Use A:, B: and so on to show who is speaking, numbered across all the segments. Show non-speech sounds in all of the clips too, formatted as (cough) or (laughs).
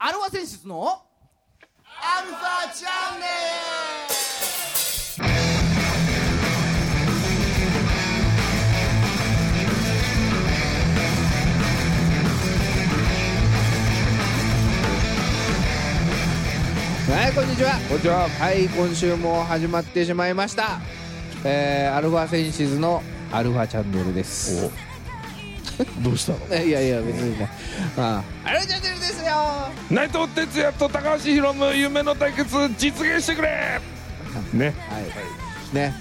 A: 和選出のアルファチャンネ
B: はいこんにちは
C: こんにちは
B: はい今週も始まってしまいましたえー、アルファセンシズのアルファチャンネルです
C: どうしたの
B: いやいや別にねああアルファチャンネルですよ
C: 内藤哲也と高橋宏夢夢の対決実現してくれね
B: はいね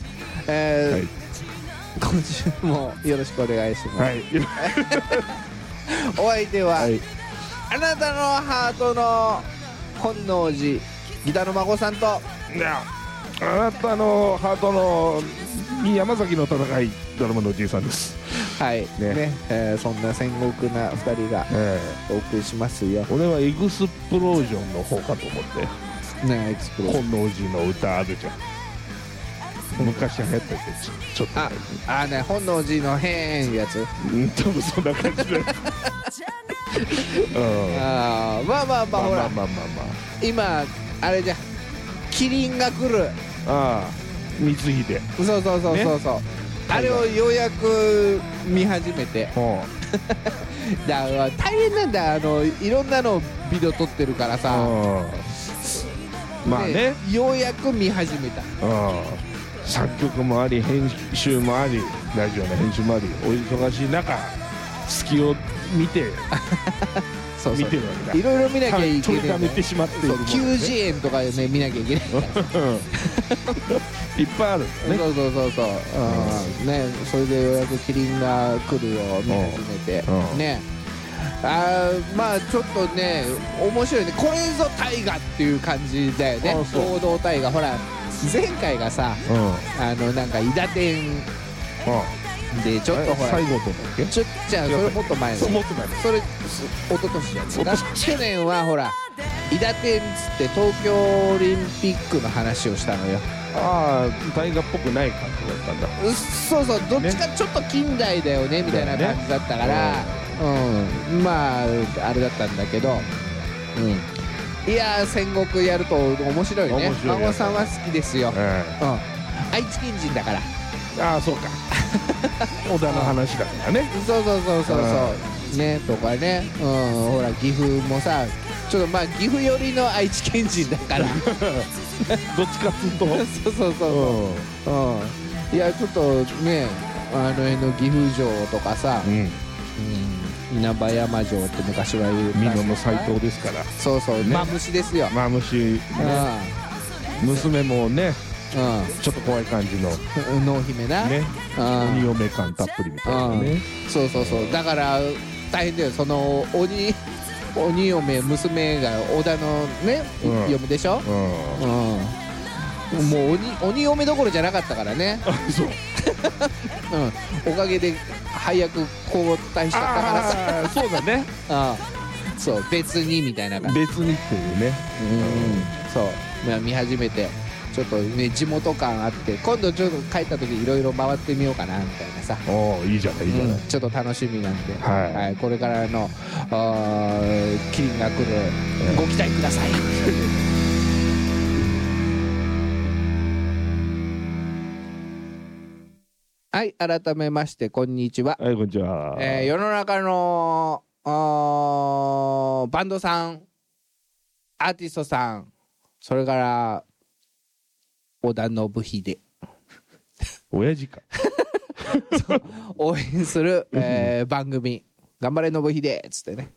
B: えー
C: はい
B: 今週もよろしくお願いします、
C: はい
B: お相手は、
C: はい
B: あなたのハートの本能寺ギターの孫さんと
C: ね (laughs) あなたのハートの山崎の戦いドラマのおじいさんです、
B: はいね
C: ね
B: えーそんな戦国な2人が
C: え
B: お送りしますよ
C: え、俺はエグスプロージョンの方かと思って
B: ねエクスプロージョン
C: 本能寺の歌あるじゃん昔流行ったやつちょっと
B: ああーね本能寺の変やつ
C: うん (laughs) 多分そんな感じで (laughs) うん
B: あーまあまあま
C: ま
B: あ
C: あ
B: ほ
C: まあ
B: ら
C: まあまあま
B: 今あれじゃんキリンが来る
C: あああ光秀
B: そうそうそうそうそう、あれをようやく見始めて
C: うん
B: だから大変なんだよあのいろんなのビデオ撮ってるからさ
C: うんまあ
B: で
C: ね、
B: ようやく見始めた
C: うん、作曲もあり編集もありラジオの編集もありお忙しい中隙を見て
B: そう
C: 見
B: そう
C: てるわけだ
B: いろいろ見なきゃいけ
C: 取り
B: ない
C: ためてしまっている
B: そう
C: ものね
B: 90円とかでね見なきゃいけない
C: うんいっぱいあるんだね
B: そうそうそうそう、うんね、それでようやくキリンが来るを見始めて、
C: うんうん
B: ねあーまあちょっとね面白いねこれぞ大河っていう感じだよね
C: あそう
B: 王道大河ほら前回がさ
C: うんうん
B: あのなんか伊達天でちょっとほら
C: 最後とだっけ
B: ちょっちゃそれもっと前
C: そう
B: の
C: 思ってない
B: それす一昨年やつかな
C: 一昨
B: 去年はほら伊達天っつって東京オリンピックの話をしたのよ
C: ああ大河っぽくない感じだったんだ
B: うっそうそうどっちかちょっと近代だよねみたいな感じだったから、うんまああれだったんだけど、うん、いやー戦国やると面白いね
C: 面白いね
B: 孫さんは好きですよ、
C: え
B: うん、愛知県人だから
C: えああそう (laughs) か織田の話だからね
B: そうそうそうそうそうねとかね、うん、ほら岐阜もさちょっとまあ岐阜寄りの愛知県人だから (laughs)
C: どっちかっ (laughs) つうと
B: そうそうそう、
C: うん
B: うん、いやちょっとねあの辺の岐阜城とかさ、
C: うん
B: うん稲葉山城って昔は言う
C: 美濃の斎藤ですから
B: そうそう、
C: ね
B: マムシですよ、
C: まあ虫娘もね
B: うん
C: ちょっと怖い感じの
B: うん能姫な、
C: ね
B: うん
C: 鬼嫁感たっぷりみたいなね
B: そうそうそうだから大変だよその鬼鬼嫁娘が織田のね、
C: うん
B: 嫁でしょ、
C: うん
B: うん、もう鬼鬼嫁どころじゃなかったからね、
C: あそう
B: うん、おかげで配役交代しちゃったからさ
C: ああそう
B: (laughs)
C: だね
B: あそう別にみたいな感じ
C: 別にっていうね
B: そう、まあ、見始めてちょっとね地元感あって今度ちょっと帰った時いろいろ回ってみようかなみたいなさ、
C: おおいいじゃないいいじゃ
B: う
C: なんい
B: ちょっと楽しみなんで、
C: はい
B: これからのあーキリンが来るご期待ください (laughs) はい改めましてこんにちは、
C: はいこんにちは
B: えー世の中のあーバンドさんアーティストさんそれから織田信秀
C: 親父か
B: 応援する、えー番組「頑張れ信秀」っつってね、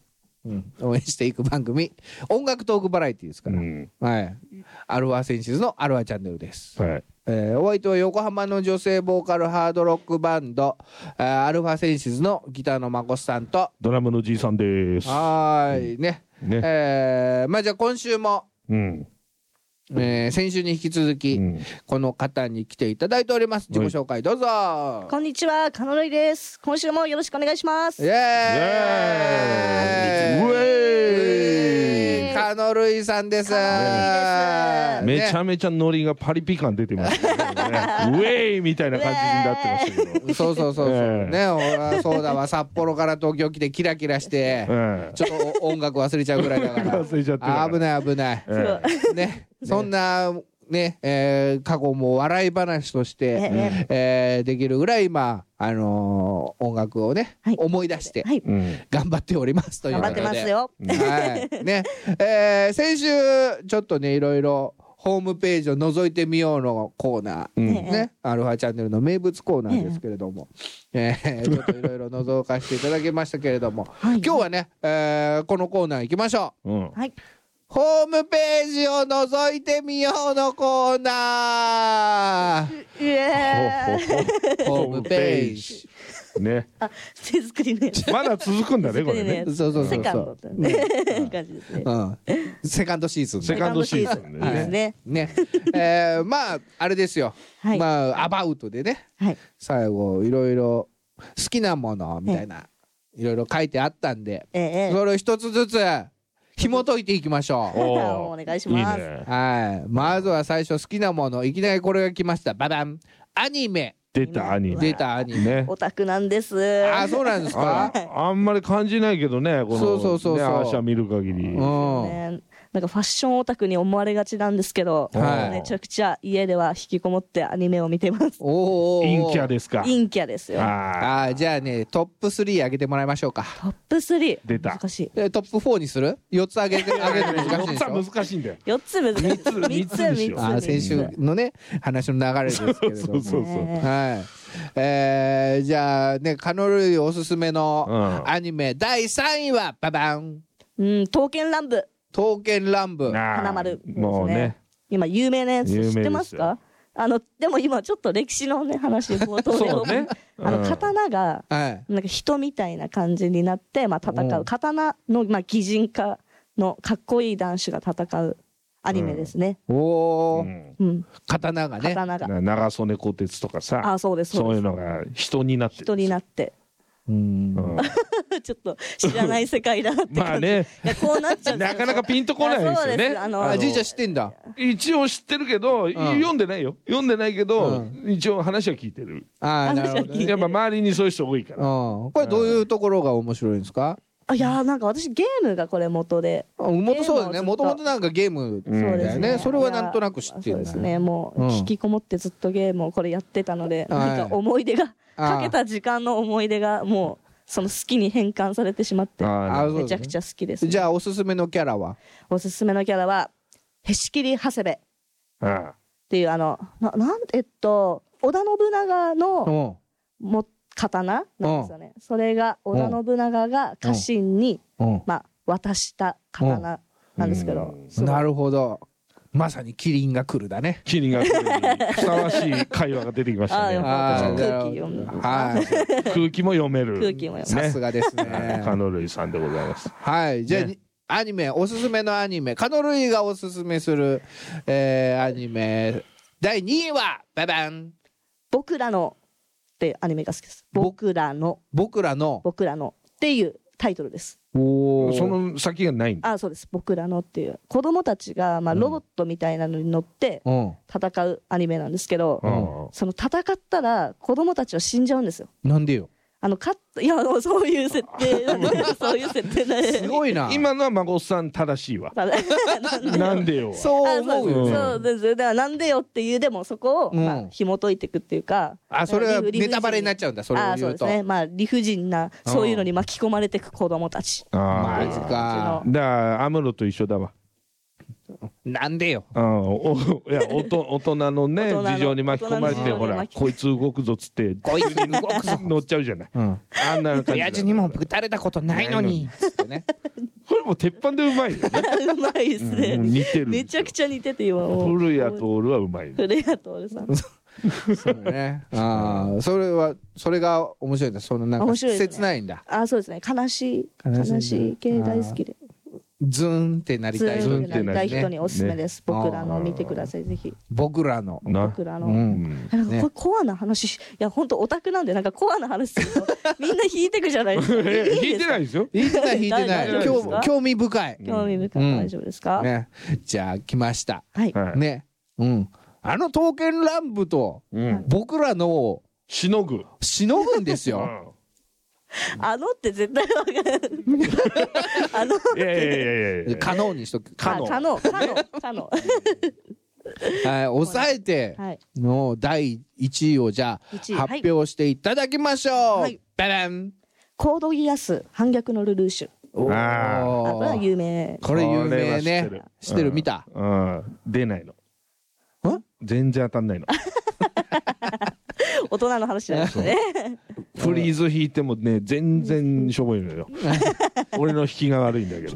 B: うん、応援していく番組音楽トークバラエティーです
C: う
B: から、
C: ん
B: はいアルファセンシズのアルファチャンネルです、
C: はい
B: えー、お相手は横浜の女性ボーカルハードロックバンド、えーアルファセンシズのギターのまこさんと
C: ドラムのじいさんです
B: はーいね、
C: ね
B: えーまあじゃあ今週も、
C: うん
B: えー先週に引き続き、
C: うん
B: この方に来ていただいております自己紹介どうぞ、
D: こんにちは、カノロイです。今週もよろしくお願いします。
B: イエーイ
C: イ
D: エーイ
B: カノルイさんです
D: カノルイで
B: ね (laughs)
C: め
D: す
C: ちゃめちゃノリがパリピ感出てますねウェイみたいな感じになってましたけど。
B: そうそうそうそう、
C: ええ
B: ね俺はそうだわ札幌から東京来てキラキラして、
C: ええ
B: ちょっと音楽忘れちゃうぐらいだから
C: 忘れちゃってたから
B: 危ない危ない、
C: ええ
B: ねそんなね、えー過去も笑い話として、
D: ね
B: えーできるぐらい今、あのー音楽をね、
D: はい
B: 思い出して
D: (laughs) はい。
C: うん
B: 頑張っておりますという
D: 頑
B: こ
D: 張
B: と
D: っ
B: で
D: てますよ。
B: はい。ね。えー先週、ちょっとね、いろいろ、ホームページを覗いてみようのコーナー。
C: うん
D: ね
B: ね。アルファチャンネルの名物コーナーですけれども。えーちょっといろいろ覗かせていただきましたけれども。
D: はい
B: 今日はね、えーこのコーナー行きましょう。
C: うん
D: はい。
B: ホームページを覗いてみようのコーナー。
D: うえー。
B: ホームページ。
C: ね
D: あ、手作りね。
C: まだ続くんだねこれね
B: そうそうそうそう
D: セカンドってね感じですね。
B: うん。セカンドシーズンね
C: セカンドシーズンで
D: セカンドシーズンで
C: ね
D: すね。
B: ね。えーまあ、あれですよ。
D: はい
B: まあ、アバウトでね。
D: はい。
B: 最後いろいろ好きなものみたいないろいろ書いてあったんで
D: ええ。
B: それを一つずつ紐解いていきましょ
D: お
C: お
D: お願いします
C: いいね
B: うはいまずは最初好きなものいきなりこれが来ましたババンアニメ
C: 出た兄
B: 出たアニメ
C: ね
D: オタクなんです。
B: あそうなんです
C: あ
B: から
C: あんまり感じないけどねこの
B: そうそうそうそう
C: ねアーシャ見る限り
B: う
C: は
B: ん
D: ねなんかファッションオタクに思われがちなんですけど、
B: はい
D: めちゃくちゃ家では引きこもってアニメを見てます。
B: おーおーおー
C: 陰キャですか
D: 陰キャですよ。
C: あ
B: あーじゃあねトップ3上げてもらいましょうか
D: トップ3。
C: 出た
D: 難しい。
B: えトップ4にする4つ上げて上げて難
C: (laughs)
B: しいでしょ
C: 4つは難しいんだよ
D: 4つ難しい。
C: 三つ三つでしょ
B: あー先週のね話の流れですけれど
C: そう
B: も
C: そうそう
D: ね
B: はい。えー、じゃあね、カノルイおすすめの
C: うん
B: アニメ、第3位は、ババン
D: うん、刀剣乱舞。
B: 刀剣乱舞。
C: あー
D: 花丸ですね
C: もうね
D: 今有名なやつ
C: 有名です
D: 知
C: よ
D: ってますかあの、でも今ちょっと歴史のね、話冒頭で。
C: そうね
D: あの、
C: うん
D: 刀が、
B: はい。
D: なんか人みたいな感じになって、まあ、戦
B: う
D: う刀の、まあ、擬人化のかっこいい男子が戦うアニメですね、
B: お
C: う
B: ー、
C: ん
D: うん
B: 刀がね。
D: 刀が、
C: 長曽根小鉄とか
D: あ
C: さ
D: あそうですそ
C: そううい
D: です
C: うのが人になってる
D: 人になって
B: うん
C: う。ん
D: ちょっと知らない世界だなって感じ
C: (laughs) まあ
D: (laughs)
C: ね
D: いやこうなっちゃう
C: なかなかピンとこないですよ
D: いやそう
C: ね
D: ですあの
B: あ、じいちゃん知ってんだ。
C: 一応知ってるけど、読んでないよ読んでないけど、
B: う
C: 一応話は聞いてる
B: あーなるほどね。
D: 聞いてる
C: やっぱ周りにそういう人多いか
B: う
C: ら、
B: ん。これどういうところが面白いんですか
D: あいやーなんか私ゲームがこれ元で、
B: あ元そうだよ
D: ゲー
B: ね。
D: ムをずっと
B: もともとなんかゲーム
C: ん
D: そうで
B: だ
D: す
B: よ
D: ね
B: ね。それはなんとなく知ってる
D: そう
B: ん
D: で
B: だ
D: す
B: よ
D: ねもう
B: うん
D: 引きこもってずっとゲームをこれやってたので、
B: はい
D: なんか思い出が
B: あー
D: かけた時間の思い出がもうその好きに変換されてしまって
C: あ
B: あ
C: あ
B: そう
D: めちゃくちゃ好きです、
B: じゃあ、おすすめのキャラは
D: おすすめのキャラは、へしきり長谷部っ
C: あ
D: ていう、あの、な、なん、えっと、織田信長
B: う
D: の、
B: ん。
D: も、刀なんですよね。それが、織田信長が家臣に、
B: うん。
D: まあ、渡した刀なんですけど
C: う。ん
D: すごい
B: なるほど。まさにキリンが来るだね。
C: キリンが来るにふさわしい会話が出てきまし
D: あ
C: た
D: あ、よ
C: ね
D: かった。
B: あー
D: 空気読む。
B: はい。
C: 空気も読める
D: 空気も読
B: さすがです
C: はい
B: ね。
C: (laughs) カノルイさんでございます
B: はい。じゃあ、
C: ね
B: アニメ、おすすめのアニメ、カノルイがおすすめする、えーアニメ、第2位は、ババン
D: 僕らの、ってアニメが好きです。僕らの、
B: 僕らの、
D: 僕らの、っていうタイトルです。
B: お
C: その先がないんだ
D: あ、そうです。僕らのっていう。子供たちが、まあ、ロボットみたいなのに乗って
B: うん。
D: 戦うアニメなんですけど、
C: うん
D: その戦ったら子供たちは死んじゃうんですよ。
B: なんでよ。
D: あの、かっ、いや、あのそういう設定なんで、そういう設定なんで。 (laughs)
B: すごいな。、
C: 今のは孫さん正しいわ
D: ただなんで
C: なんでよ
B: そう
D: あ
B: 思
D: そう
B: う
D: そう
B: よ。
D: そうです。だからなんでよっていう、でもそこを、
B: うん
D: まあ、紐解いていくっていうか。
B: あ、それは
D: 理不尽
B: ネタバレになっちゃうんだ、それ
D: あ
B: を
D: あ、そ
B: 言
D: う
B: う
D: で
B: と。
D: すね。まあ、理不尽な、そういうのに巻き込まれていく子供たち。
C: あ
B: マジ
C: あ
B: か。
C: だからアムロと一緒だわ
B: なんでよ。
C: うん、おいやおと大人のね
D: 大人の
C: 事情に巻き込まれ
D: 大
C: て
D: 人
C: ほ
D: の事情に
C: ら
D: 巻き
C: こいつ動くぞっつって
B: こいつ動くぞ。
C: 乗っちゃうじゃない
B: うん。
C: あんな感じだ
B: (laughs) 親父にもぶたれたことないのに。つって (laughs) ね。
C: これも鉄板でうまいよね
D: うまいですね。
C: うん似てる
D: めちゃくちゃ似てて、今もう。
C: 古谷徹はうまいね
D: 古谷徹さん。
B: そうね。ああ、それは、それが面白いんだ。そのなんか、
D: 面白いですね
B: 切ないんだ。
D: ああ、そうですね。悲しい、
B: 悲しいんだ
D: 悲しい系大好きで。
B: ズーンってなりたい。
C: ズーンってなりた
D: 大
C: い
D: 人におすすめです。
B: ね
D: 僕らの見てください、ぜひ。
B: 僕らの。
C: な
D: 僕ら
B: う
D: の。
B: ん。
C: うん
D: なん
B: ね
D: かこれコアな話し、いや本当オタクなんでなんかコアな話するとみんな引いてくじゃないですか。
C: (laughs) え弾い
D: いです
C: て
D: か
C: ないですよ
B: 引いてない引いてな
D: 大
C: 丈
B: い。
C: 夫です
B: 興
C: か
B: 味興味深い。
D: 興味深い、
B: うん
D: 大丈夫ですか。
B: ね。じゃあ来ました。
D: はい。
C: はい
B: ね。うん。あの刀剣乱舞と
C: うん。
B: 僕らのを
C: しのぐ。
B: しのぐんです
C: う (laughs)
B: よ。
C: ん
D: あのって絶対わかんない。あの、
C: いやいやいやいやいや。
B: 可能にしとく。可
D: あ
B: 能。
D: 可能、可能、可能。
B: はい、抑えて、
D: はい。
B: の第1位をじゃ
D: 一位
B: あ、
D: はい
B: 発表していただきましょう。
D: はい
B: バラン
D: コードギアス、反逆のルルーシュ。
B: お
C: あー
D: あ、これは
B: ー
D: 有名。
B: これ有名
C: これ
B: ね
C: は。
B: 知ってる、見た。
C: うん。出ないの
B: ん。
C: 全然当たんないの。
D: 大人の話なんですね。
C: フリーズ弾いてもね、全然しょぼいの
D: (laughs)
C: よ。俺の弾きが悪いんだけど。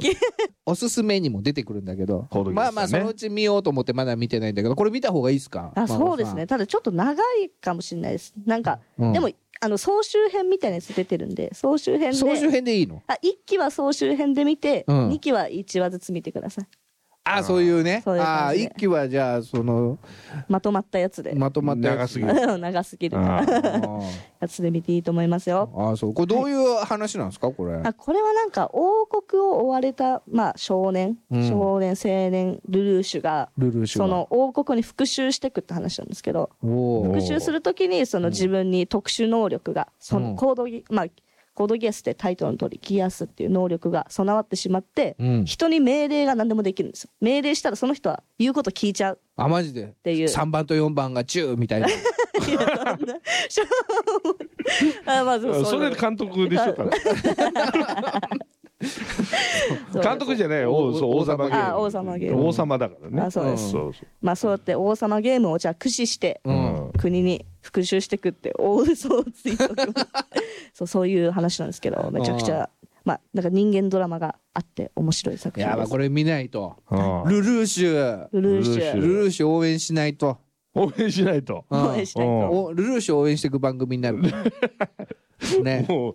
B: おすすめにも出てくるんだけど
C: コード、ギア
B: ま
C: スね
B: あまあ、そのうち見ようと思ってまだ見てないんだけど、これ見た方がいいですか
D: あ、そうですね。。ただちょっと長いかもしれないです。なんか、
B: うん
D: でも、あの、総集編みたいなやつ出てるんで、総集
B: 孫
D: 編で。
B: さん総集編でいいの
D: あ、1期は総集編で見て、
B: う
D: 二
B: ん
D: 2期は1話ずつ見てください。
B: あ、そういうね。
D: そういう
B: あ
D: 感
B: あ、
D: じで
B: 一期はじゃあ、その、
D: まとまったやつで。
B: まとまったや
C: 長
B: つ
C: すぎる。
D: (laughs) 長すぎる
C: あ
D: から
B: あ
D: やつで見ていいと思いますよ。
B: ーあー、そう。これどういう話なんですか、これ。
D: あこれはなんか王国を追われた、まあ、少年、
B: うん
D: 少年青年ルルーシュが
B: ルルーシュ
D: そ
B: は。
D: の王国に復讐していくって話なんですけど
B: おー、
D: 復讐するときにその自分に特殊能力がそのコードギ、まあ、コードギアスってタイトルの通りギアスっていう能力が備わってしまって、
B: うん
D: 人に命令が何でもできるんですよ命令したらその人は言うこと聞いちゃう
B: あ、マジで。
D: ていう
B: 3番と4番がチューみたいな。
D: (laughs) あまあそう
C: ーそ
D: そういう
C: れ監督でしょから。
D: (laughs) そう
C: 監督じゃないよ。王そう王様ゲーム。
D: あ王様ゲーム
C: 王様だからね。
D: あそうです
C: んそうそ
D: まあそうやって王様ゲームをじゃあ駆使して
C: う。
B: う
C: うんん。
D: 国に復讐してくって大嘘をつ
B: (laughs)
D: いておくそうそういう話なんですけどめちゃくちゃまあなんか人間ドラマがあって面白い作
B: や
D: 品
B: ば
D: で
B: い、
D: す
B: これ見ないと。
C: うん
B: ルルーシュ。
D: ルル
C: ルルー
D: ーシ
C: シ
D: ュ
B: ル
C: ュ
B: ルーシュ応援しないと。
C: 応援しないと。
B: うん
D: 応援したいと
B: おルルーシュ応援していく番組にな
C: (laughs)
B: る。ね。
C: もう、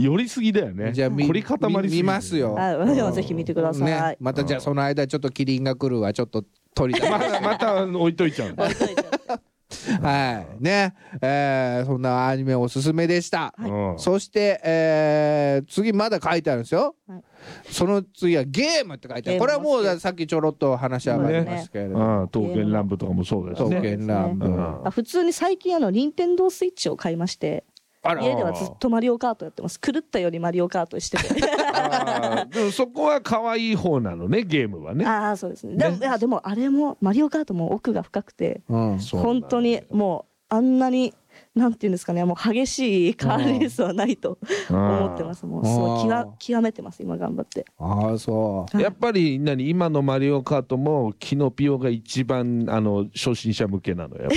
C: 寄りすぎだよね。
B: じゃあみ
C: 凝り固まりすぎ
B: み見ますよ
D: あでもぜひ見てくださ
B: ね
D: い。
B: またじゃあその間ちょっとキリンが来るわ。ちょっと取り出
C: また、また置いといちゃうんだ。
B: はい。ね。えーそんなアニメおすすめでした。
D: はい
C: うん
B: そして、えー次まだ書いてあるんですよ。
D: はい
B: その次はゲームって書いてあ
D: ゲー
B: る。
D: ム
B: これはもうださっきちょろっと話上がりましたけれども。
C: うん刀剣乱舞とかもそうだし
B: 刀
C: ね。
B: 剣乱
C: う
B: 舞。
C: ん
D: あ普通に最近あの任天堂スイッチを買いまして
C: あら
D: 家ではずっとマリオカートやってます狂ったようにマリオカートしてて
C: あ (laughs) ーでもそこは可愛い方なのね、ゲームはね。
D: ああそうですねでもいやでもあれもマリオカートも奥が深くて
B: うん
C: そうなんだ
D: 本当にもうあんなになんていうんですかねもう激しいカーレースはないと思ってますもうすごい
B: あ
D: 極極めてます今頑張って (laughs)
B: ああ、そう。
C: やっぱり何今のマリオカートもキノピオが一番あの初心者向けなのやっぱ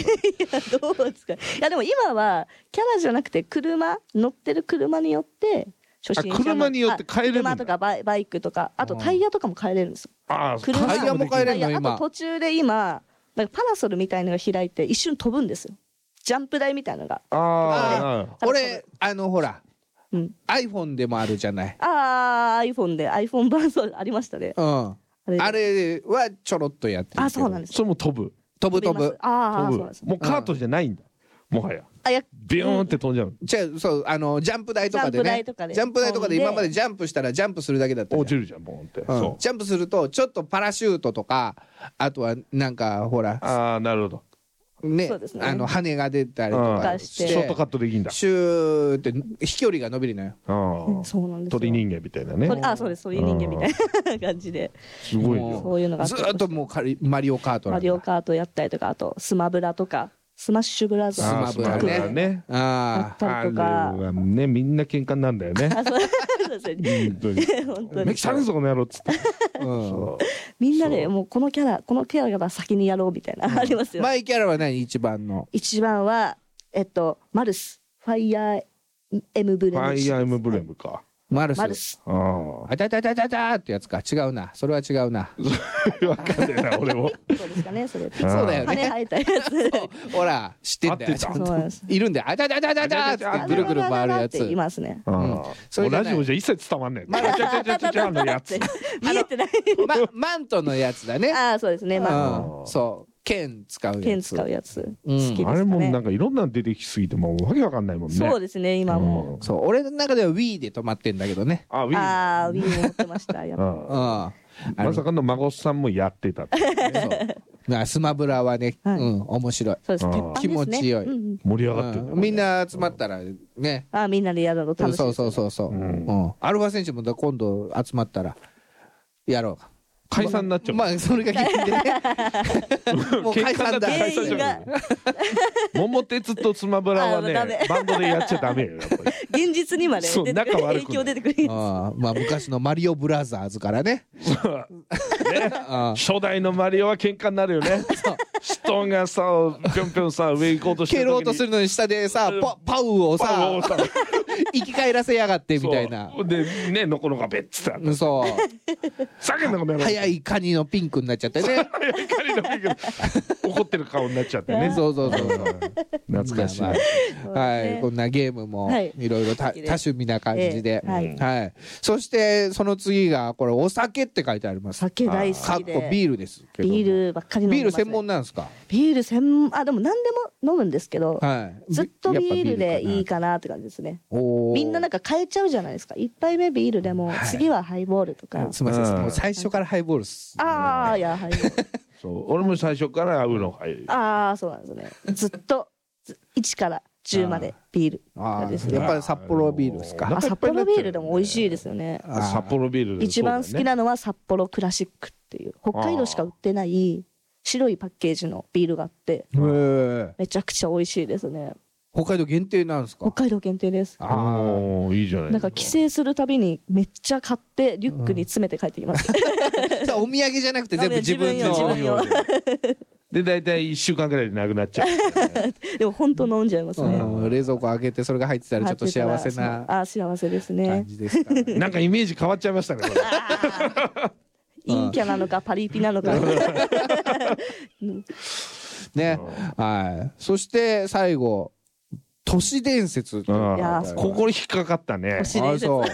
C: り
D: どうですかいやでも今はキャラじゃなくて車乗ってる車によって初心者の
C: あ車によって変えれるんだ
D: あ車とかバイバイクとかあとタイヤとかも変えれるんですよ
C: ああ
D: 車
B: タイヤも変えれるの
D: タイヤ
B: 今
D: あと途中で今なんかパラソルみたいのが開いて一瞬飛ぶんですよジャンプ台みたいのが
C: ああ
D: あの
B: 俺、あの、ほら、
D: うん
B: iPhone でもあるじゃない。
D: ああ iPhone で iPhone 版そうありましたね
B: うん。
D: あれ
B: あれはちょろっとやってるけど。
D: あそうなんです
C: それも飛ぶ
B: 飛ぶ飛
D: ます
B: ぶ。
D: あ
C: 飛
D: あそう
C: ぶ
D: なんです
C: もうカートじゃないんだ、もはや
D: あいや
C: ビューンって飛んじゃう、
B: じゃあそうあのジャンプ台とかでね
D: ジャンプ台とかで
B: ジャンプ台とかで
D: 飛んで
B: 今までジャンプしたらジャンプするだけだったじゃん
C: 落ちるじゃんボーンって、
B: うん
C: そう
B: ジャンプするとちょっとパラシュートとかあとはなんかほら
C: ああなるほど、
B: ね
D: そうですね
B: あの羽が出たりと
C: うん
B: か
D: 出
B: し
D: してて
C: ショートカットできんだ、
B: シューって飛距離が伸びるのよ
C: あ
D: うん
C: あ
D: そうなんですよ
C: 鳥人間みたいなね
D: 鳥あそうです鳥人間みたいな感じです
C: ごい
B: も
C: よ
D: そういうのがあ
B: ずーっともうカリマリオカートな
D: マ
B: んだ
D: リオカートやったりとかあとスマブラとかスマッシュブラザ
B: スマ
D: ー
C: あ
D: ズ
B: ブ
C: あスマブラね
B: あ
D: やったりとか
C: あれはねみんな喧嘩になるんだよね
D: あそう (laughs) そうですね
C: 本当に
D: 本当
C: め
D: に
C: っちゃあるぞこの野郎っつって
B: あ、うん、
D: みんなでもうこのキャラこのキャラが先にやろうみたいなありますよ
B: マイキャラは何一番の
D: 一番はえっとマルスファイヤーエムブレ
C: フ
D: ム
C: ァイアーエムブレムか。
B: マルス
D: マルス
C: ああ。
B: あたたたたたってやつか違うなそれは違うな
C: わかんねえな、俺も。
D: そうですかねそ
B: (laughs)
D: れ
B: そうだよ
D: 羽
B: ね
D: 生えたやつ
B: ほら知ってんだ
C: 合
B: よ
C: ってた
D: そうなんです
B: いるんだよあたたたたたって
C: あ
B: ぐるぐる回るや
D: って言い
B: つ
D: ますね
C: ああ。
B: それじゃ
C: ラ
B: ない
C: ジオじゃ一切伝わんねえ。
B: ま
C: ちゃちゃちゃちゃのやつ。
D: 見えてない
B: まマントのやつだね
D: ああそうですねまあ
B: うん、そう剣使うやつ
D: ペン使うやつ好
B: ん
D: きですかね
C: あれもなんかいろんなの出てきすぎてもうわけわかんないもんね。
D: そうですね今も
C: うん
B: そう俺の中では Wii で止まってんだけどね
C: あ、ウィン。
D: ああ Wii 持ってましたやっぱ
B: うんあ
C: まさかの孫さんもやってたって。
B: そう (laughs) まあスマブラはね、
D: はい
B: うん、面白い。
D: そうです
C: あー
D: 鉄板で
B: 気持
D: すね
B: ちよい
D: うんうん
C: 盛り上がってるね、
B: うんみんな集まったらね、
D: あーみんなでやるの楽しい
B: そうそうそうそう。
C: う
B: うんん。アルファ選手もだ今度集まったら、やろう。
C: 解散になっちゃう、
B: まあ、それが原因でね。
C: (laughs)
B: もう解散だ。
D: 原因
C: じゃ
D: が
C: ん桃鉄とスマブ
B: (laughs)
C: ラは
D: あダ
C: ね
D: メ
C: バンドでやっちゃダメよやっぱり
D: 現実にまで
C: そう
D: 出てく
C: 仲
D: る
C: 悪
D: 影
C: くな
D: 響
C: る
D: 出てくる
B: ああまあ、昔のマリオブラザーズからね。ああ
C: 初代のマリオは喧嘩になるよ
B: (laughs)
C: ね人がさぴょんぴょんさ上行こうとして
B: 蹴ろうとす
C: る
B: るのに下でさ、パパウを
C: 時にパ
B: さ
C: ンを、さ
B: 生き返らせやがってみたいな。
C: そうでねのこのこべっつって
B: うんそ
C: さけんなこの野
B: う。
C: 郎
B: 早いカニのピンクになっちゃってね。
C: 早い狩りの時に怒ってる顔になっちゃって
B: (laughs)
C: ね
B: そうそうそうそう。
C: 懐かしい
B: (laughs) まあま
D: そう
B: あ
D: です
B: は
D: ね
B: い、こんなゲームも
D: はい
B: いろいろ多多
D: 好きで
B: 趣
D: す
B: 味な感じで
D: え、えはい
C: うん
B: はい。そしてその次がこれお酒って書いてあります。
D: 酒大
B: か
D: 好
B: っ
D: きで
B: こビールですけど。
D: ビールばっかり飲んで
B: ビール
D: ますね
B: 専門なんですか。
D: ビール専あでも何でも飲むんですけど
B: はい。
D: ずっとビールでいい
B: か。
D: かなって感じですね
B: おー
D: みんななんか変えちゃうじゃないですか一杯目ビールでも
B: はい
D: 次はハイボールとか
B: すみません。
C: うん
B: もう最初からハイボールっす。
D: ああいやハイボール
C: そう俺も最初から合うの入る
D: ああそうなんですねずっとず1から10までビール
B: あ
D: です
B: ー
D: ね
B: やっぱり札幌ビールです
C: あー
B: か
D: あ。札幌ビールでも美味しいですよね
B: あー
C: 札幌ビールで
D: 一番好きなのは札幌クラシックっていう北海道しか売ってない白いパッケージのビールがあって
B: へー
D: めちゃくちゃ美味しいですね
B: 北海道限定なんです
D: 北
B: か。
D: 海道限定です
C: ああいいじゃない
D: なんか帰省するたびにめっちゃ買ってリュックに詰めて帰ってきます、
B: さあお土産じゃなくて全部自分
D: 自分
B: の
D: よ。
C: で大体1週間ぐらいでなくなっちゃう
D: (laughs) でも本当飲んじゃいますね、
B: うん冷蔵庫開けてそれが入ってたらちょっと幸せな
D: あ幸せです
B: 感
D: ね
B: じです
D: (laughs)
B: からね。
C: なんかイメージ変わっちゃいましたねこれ
B: (laughs)
D: 陰キャなのかパリピなのか
B: ね。はい。そして最後、都市伝説という
C: うん
D: いやー
C: ここ引っかかったね
D: 都市
B: あ
D: 伝説
B: そう。
C: うん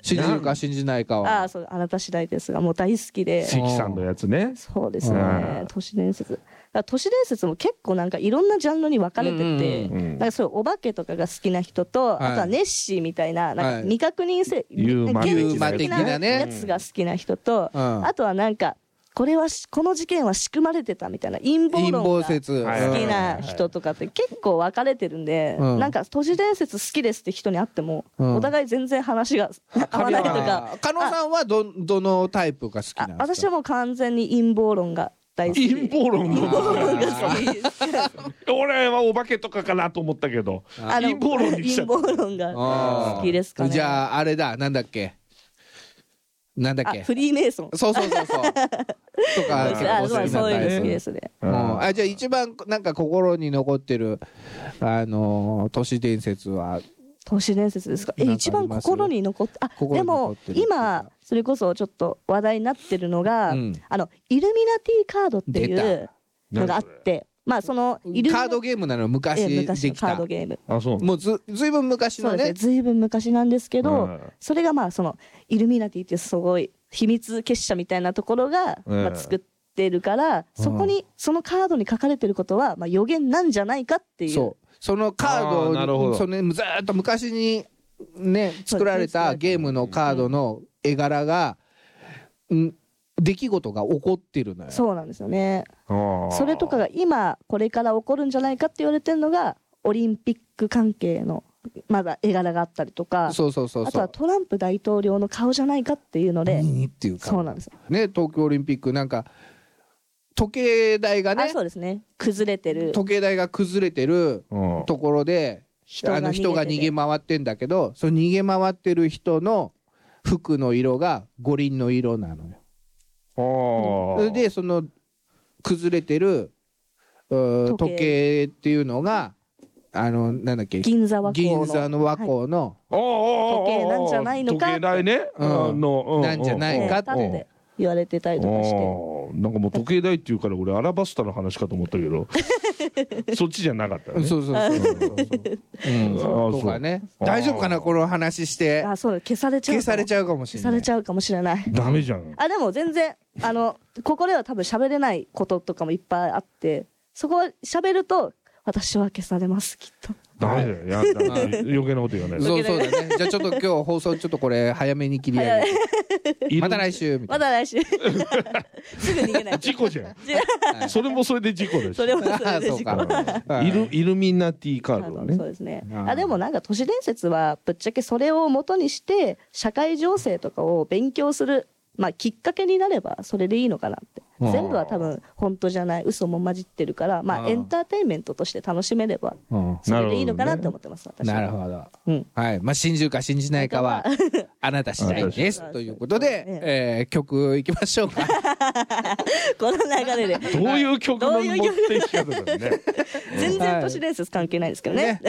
B: 信じるか信じないか
D: あ
B: は
D: あ。そうあなた次第ですがもう大好きで
C: 関さんのやつね
D: そうです
C: う
D: ね
C: ん
D: 都市伝説だから都市伝説も結構なんかいろんなジャンルに分かれてて、
B: うん
C: うんうん
D: なんかそういうお化けとかが好きな人
B: は
D: と、
B: い
D: あとはネッシーみたいななん
B: はい
D: か未確認性、
C: ユーマ
D: 現
B: ユーマ的
D: 実的
B: な
D: な
B: ね
D: やつが好きな人と、
B: うん
D: あとはなんかこれはしこの事件は仕組まれてたみたいな陰謀
B: 陰
D: 論
B: 謀
D: が好
B: 説。
C: はい
D: きな人とかって結構分かれてるんで、
B: うん
D: なんか都市伝説好きですって人に会っても、
B: うん
D: お互い全然話が合わないとか
B: あー加納さんはど、どのタイプが好きな
D: あ
B: んですか
D: 私はもう完全に陰謀論が大好き
C: 陰謀論の
D: 陰謀論が好きです
C: 俺はお化けとかかなと思ったけど
D: あの
C: 陰謀論に来ちゃ
D: 陰
C: った
D: 謀論が
B: あー
D: 好きですかね
B: じゃあ、あれだ。なんだっけなんだっ
D: あ
B: け
D: フリーメイソン
B: そうそうそう
D: (laughs)
B: そう。とか、結
D: あ
B: 構
D: そ
B: 好
D: う
B: きな
D: そ
B: タ
D: ういうの
B: イ
D: 好
B: プ
D: き。ですね
B: うんあじゃあ一番なんか心に残ってる、あのー都市伝説は、
D: 都市伝説ですかえ
B: なんか
D: 一
B: あり
D: 番
B: ます
D: 心に残ってあ
B: 心
D: で
B: に残っ
D: も
B: てる
D: 今それこそちょっと話題になってるのが、
B: うん
D: あのイルミナティカードってい
B: 出
D: うのがあってまあそのイルミ
B: カ
D: ナ
B: ードゲームなの昔
D: ええ
B: で
D: 昔の
B: き
D: カー
B: た
D: ド。ゲーム
C: あそう
B: もうずずいぶん昔
D: そ
B: の
D: うです
B: ね
D: ねずいぶん昔なんですけど、
C: うん
D: それがまあそのイルミナティっていうすごい秘密結社みたいなところが、
C: うん
D: まあ、作ってるからそこにそのカードに書かれてることは、まあ、予言なんじゃないかっていう
B: そうそのカー
C: あーなる
B: ド
C: ほ
B: を
C: ど
B: そのねずーっと昔にね作られたゲームのカードの絵柄が、うん、出来事が起こってるのよ。
D: そうなんですよね
C: ああ
D: それとかが今これから起こるんじゃないかって言われてるのがオリンピック関係のまだ絵柄があったりとか
B: そうそうそう
D: あ
B: そ
D: と
B: う。
D: はトランプ大統領の顔じゃないかっていうので、
B: いいっていうか
D: そうなんですよ、
B: ね東京オリンピックなんか時計台が
D: あ
B: ね
D: そうですね崩れてる
B: 時計台が崩れてる
C: うん
B: ところで
D: 人が
B: あの人が逃
D: 逃げ
B: げ
D: て
B: 回ってんだけどその逃げ回ってる人の服の色が五輪の色なのよ。そ
C: あ
B: れ
C: あ
B: でその崩れてるうー時
D: 時計
B: 計っていうのがあのなんだっけ
D: 銀座和光の
B: 銀座の和光の、
C: ああ
D: 時計なんじゃないのか
C: 時計台ね、
B: うん
C: あのうう
B: なんじゃな
D: え
B: い
D: え
B: か
D: 立って言われてたりとかして
C: あーなんかもう時計台っていうから俺アラバスタの話かと思ったけどそっちじゃなかったね
B: そうそうそうそうそう、うん、
C: そう
B: とかね
C: そう
B: 大丈夫かなこの話して
D: あそうだ消されちゃうかも
B: 消されちゃうかもしれな
D: 消さ
B: い
D: れちゃうかもしれない
C: ダメじゃん
D: あでも全然あのここでは多分喋れないこととかもいっぱいあってそこは喋ると私は消されますきっと
C: ダメだよいやだ余計なこと言わない
B: そうそうだねじゃあちょっと今日放送ちょっとこれ早めに切り上げてまた来週みたい
D: ま
B: な
D: だ来週 (laughs) すぐ逃げ
B: (laughs)
D: ない
C: 事故じゃ
B: は
C: んそれもそれで事故だし
D: それもそ
B: あ
D: れ
B: あ
D: で
B: そう
D: 事故
B: かは
C: イ
B: い
C: ルイルミナティカ
D: あ
C: ードを
D: の
C: ね
D: そうですね
B: あー
D: あでもなんか都市伝説はぶっちゃけそれを元にして社会情勢とかを勉強するまあきっかけになればそれでいいのかなって
B: あー
D: 全部は多分本当じゃない嘘も混じってるからま
B: あ
D: あ
B: ー
D: エンターテインメントとして楽しめれば
B: うん
D: それでいいのかなって
C: なるほどね
D: 思ってます私は
B: なるほど
D: うん (laughs)
B: はいまあ信じるか信じないかはあなた次第です
D: あなた次第
B: ということで
D: そうですね
B: えー曲いきましょうか
D: この流れで
C: どういう曲の
D: どういう
C: 持ってき方だよね
D: 全然都市伝説関係ないです (laughs) けどね
B: ね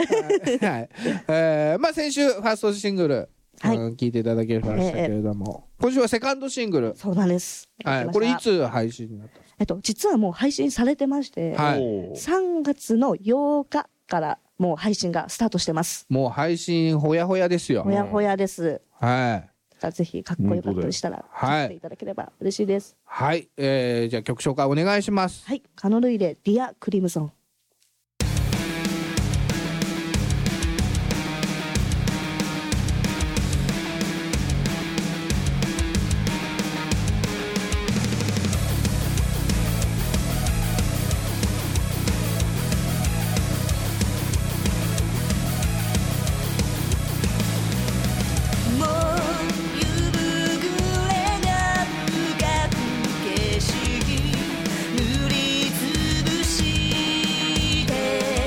B: はいえーまあ先週ファーストシングル
D: はい
B: うん聞いていただけましたけれども今週はセカンドシングル
D: そうなんです
B: はいこれいつ配信になったんです
D: えっと実はもう配信されてまして
B: か (laughs) はい
C: おー
D: 3月の8日からもう配信がスタートしてます。
B: もう配信ほやほやですよ
D: ほやほやです。
B: はい
D: だからぜひかっこよかったりしたら
B: 当だよ
D: 聞いていただければ嬉しいです。
B: はい、えー、じゃあ曲紹介お願いします。
D: はい、カノルイでディアクリムゾン。
E: もう夕暮れが深く景色塗りつぶし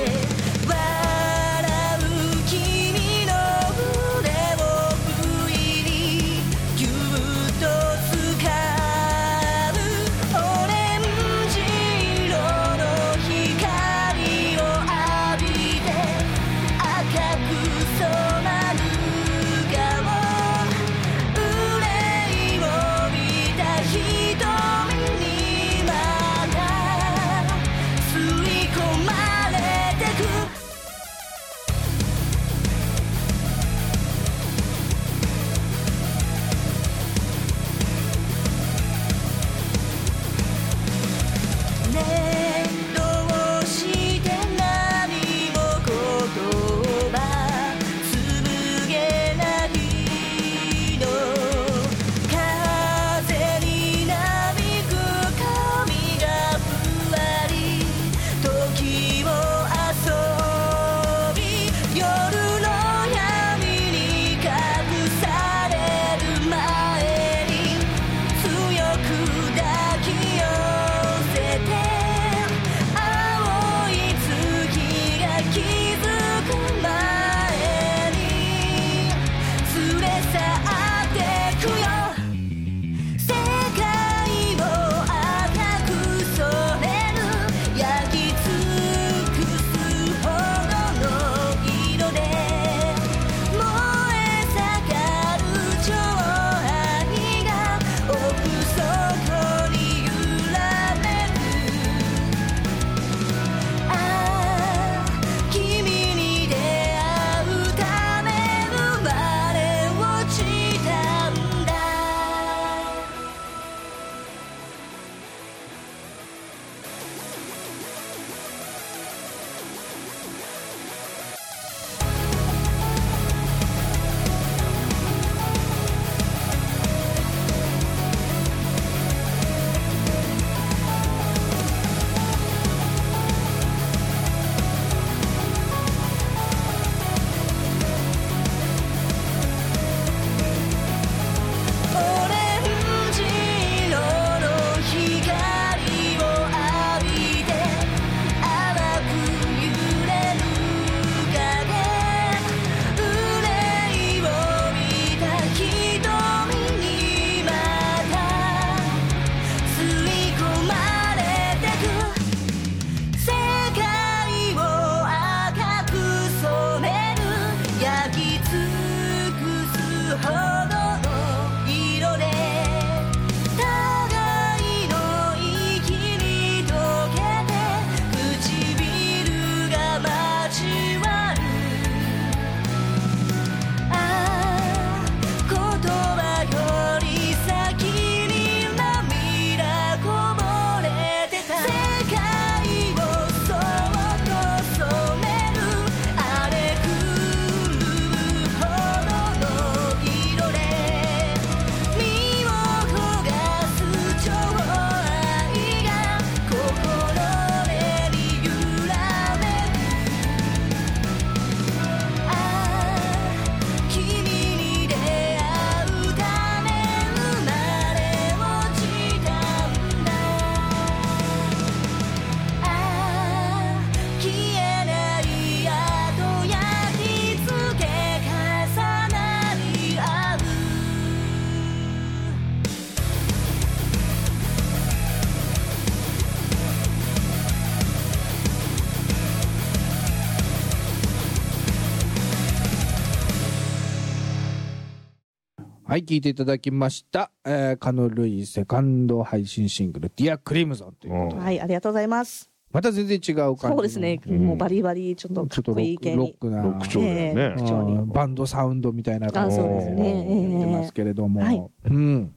B: はい、聞いていただきました。えー、カノルイセカンド配信シングル、ディア・クリムゾンということで、
C: うん
D: はい、ありがとうございます。
B: また全然違う感じの
D: そうですね、
C: ん
D: もうバリバリ、ちょっと
B: ちょっ
D: かっ
B: とロ
D: こい
B: ッ
D: い
B: ク
D: 系
B: ロッ
D: に。
B: クな
C: ロック調だよね
D: ええ口調に
B: うんバンドサウンドみたいな
D: あ
B: 感じ
D: そうですね。
B: やってます
D: ええ
B: けれども、
D: はい
B: うん、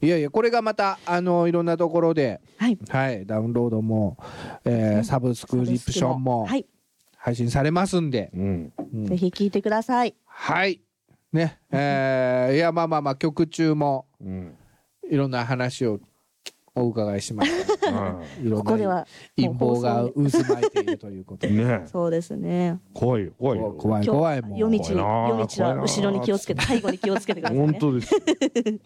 B: いやいやこれがまたあのいろんなところで、
D: はい。
B: はい、ダウンロードも、えーサブスクリプションも
D: はい。
B: 配信されますんで、
C: うん
B: うん
D: ぜひ聞いてください。
B: はいねえーいやまあまあまあ曲中も
C: うん
B: いろんな話をお伺いし
D: (laughs)
B: ました
C: あ
B: いろ
D: ここ
B: ん
D: で
B: な
D: は
B: 陰謀が渦巻いているということ
C: あ
B: で
C: ね
D: そうですね。
C: 怖いよ怖いよ
B: (laughs) 怖い
D: 今日
B: 怖いもん
D: 夜道、
C: 怖いな
D: 夜道は後ろに気をつけて、背後に気をつけてください
C: 本
D: ね。
C: 当です
D: 消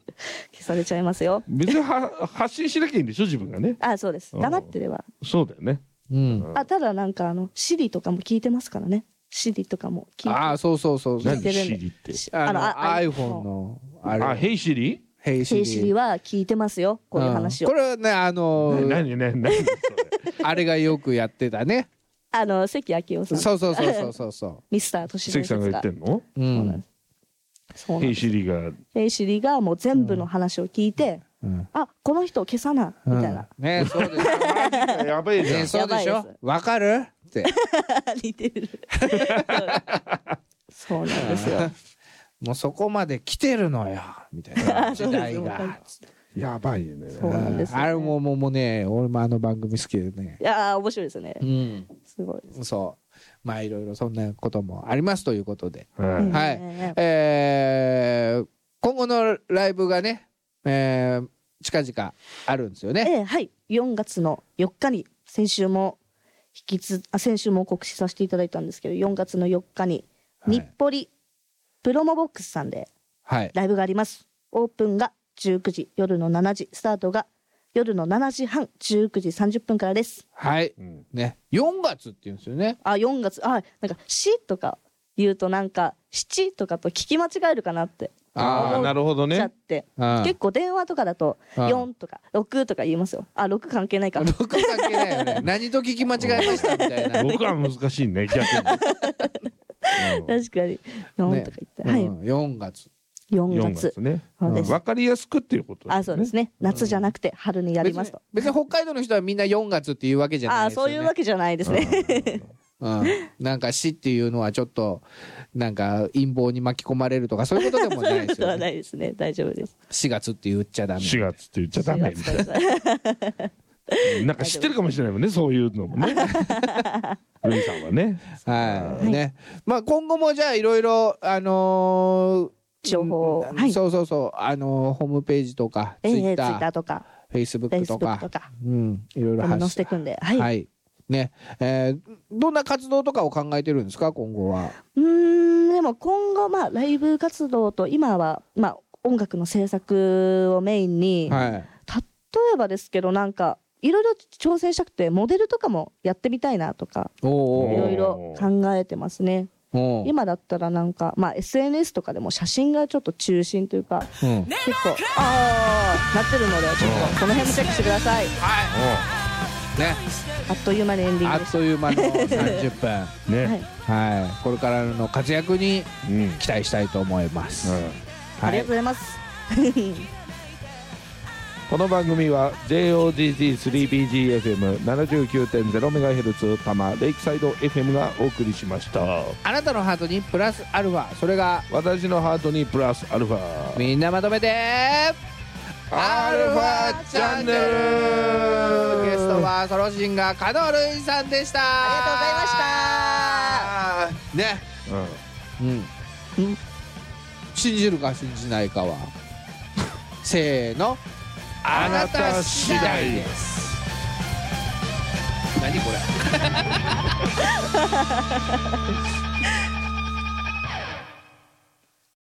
D: されちゃいますよ。
C: 別には発信しなきゃいいんでしょ自分がね
D: あ、そうです。黙ってれば。
C: そうだよね
B: うん、
D: あ、ただなんかあの、シリとかも聞いてますからね。シリとかも聞いて。
B: ああそうそうそうそう
D: 聞
C: 何
D: いてるんで
C: シリって
B: あの
D: あ
B: iPhone のあれ
C: あヘイシリ
B: ヘイ
D: シリシリは聞いてますよ。こういう話を
B: こ。れはねあのー
C: (laughs) 何何何それ
B: あれがよくやってたね
D: あの、関明夫さん。
B: そうそうそうそうそう
D: (laughs)
B: そ
D: ミスター都市伝
C: 関さんが
D: 説
C: 言
D: が
C: って。んの
B: う、う
D: そう
B: ん
D: なんで、そうなん
C: ヘ
D: で
C: イ
D: す。
C: シリが
B: (laughs)
D: ヘイシリがもう全部の話を聞いて、
B: うん
D: あ、この人を消さな、みたいな。 (laughs)
B: ねそうでし
C: やばい
B: ょ、ね、そうでしょ
D: やばいです
B: わかるって
D: 似
B: (laughs)
D: てる。そうなんですよ。
B: もうそこまで来てるのよみたいな時代
D: (laughs) そう
B: が
C: やばいよね
D: そうなんですよね
B: あれももうもうね俺もあの番組好きでね
D: いやー、面白いですね
B: う。ん
D: すごい。
B: そうまあいろいろそんなこともありますということで
C: はい
B: はい
D: え
B: えー今後のライブがね、えー近々あるんですよ
D: ー
B: ね。
D: えーはい。4月の4日に、先週も引きつ、あ、先週も告知させていただいたんですけど、4月の4日に、
B: はい
D: 日暮里プロモボックスさんで
B: はい。
D: ライブがあります。オープンが19時、夜の7時、スタートが夜の7時半、19時30分からです。
B: はい。
C: うん
B: ね。4月って言うんですよね。
D: あ、4月、あ、なんか、しとか言うとなんか、七とかと聞き間違えるかなって。
C: あ
B: あ
C: あなるほど
D: ちゃっ
C: ね
D: て。
B: あ
D: 結構電話とかだと、
B: うん
D: 4とか6とか言いますよ。あ、6関係ないか。
B: 僕だけだよね。
D: (laughs)
B: 何と聞き間違えましたみたいな。
C: 僕は難しいね逆
D: (laughs)
C: に
D: 確かに。4とか言って。は
B: う
D: い。
B: ん4月。
C: 4
D: 4月
C: 月。ね
D: そうです
C: わかりやすくっていうこと
D: あ、そうですね。夏じゃなくて春にやり
B: 別
D: ま
B: に
D: すと。
B: 別に北海道の人はみんな4月っていうわけじゃない
D: あ、
B: ですよ
D: そう
B: ね。
D: いうわけじゃないですね。
B: うん、なんか死っていうのはちょっとなんか陰謀に巻き込まれるとかそういうことでも
D: そう
B: ないいうで
D: こ
B: す
D: と
B: よ
D: は
B: ね。
D: ないですね。大丈夫です。
B: 4月って言っちゃ
D: (laughs)
B: ダメ。
C: 4月って言っちゃダメみたいななんか知ってるかもしれないもんねそういうのも
D: (laughs)
C: ねルイさんはね
B: はい、ね。まあ今後もじゃあいろいろあのー
D: 情報を
B: うん
D: はい
B: そうそうそうあのーホームページとかツ
D: え
B: イ
D: え
B: ッ
D: ツイ
B: タ
D: ッタ
B: ー
D: ー、とか、
B: フェイスブックと
D: Facebook
B: か
D: と、か、
B: うん、いろいろ
D: 載
B: 発
D: せてくんで。は
B: はいい、。ね、えーどんな活動とかを考えてるんですか今後は。
D: うーん、でも今後、まあ、ライブ活動と、今は、まあ、音楽の制作をメインに、
B: はい。
D: 例えばですけど、なんか、いろいろ挑戦したくて、モデルとかもやってみたいなとか、
B: お
D: い
B: お
D: ろいろ考えてますね。
B: おお。
D: 今だったらなんか、まあ、SNS とかでも写真がちょっと中心というか、
B: うん
D: 結構、ああ、なってるので、ちょっと、その辺もチェックしてください。
B: ね、
D: あっという間にエンディン
B: あ
D: グで
B: っ
D: した。
B: という間の30分。
D: は
C: ね
D: い。
B: はい、これからの活躍に
C: うん
B: 期待したいと思います。
D: あ
B: は
D: りがとう
B: い
D: ご。ざいます。 (laughs)
C: この番組は JOGG3BGFM79.0MHz 多摩レイクサイド FM がお送りしました
B: あなたのハートにプラスアルファ、それが
C: 私のハートにプラスアルファ
B: みんなまとめてアルファチャンネルゲストはソロシンガー加藤瑠衣さんでしたありがとうございま
C: うん
B: したねうん、信じるか信じないかは (laughs) せーのあなた次第です何これ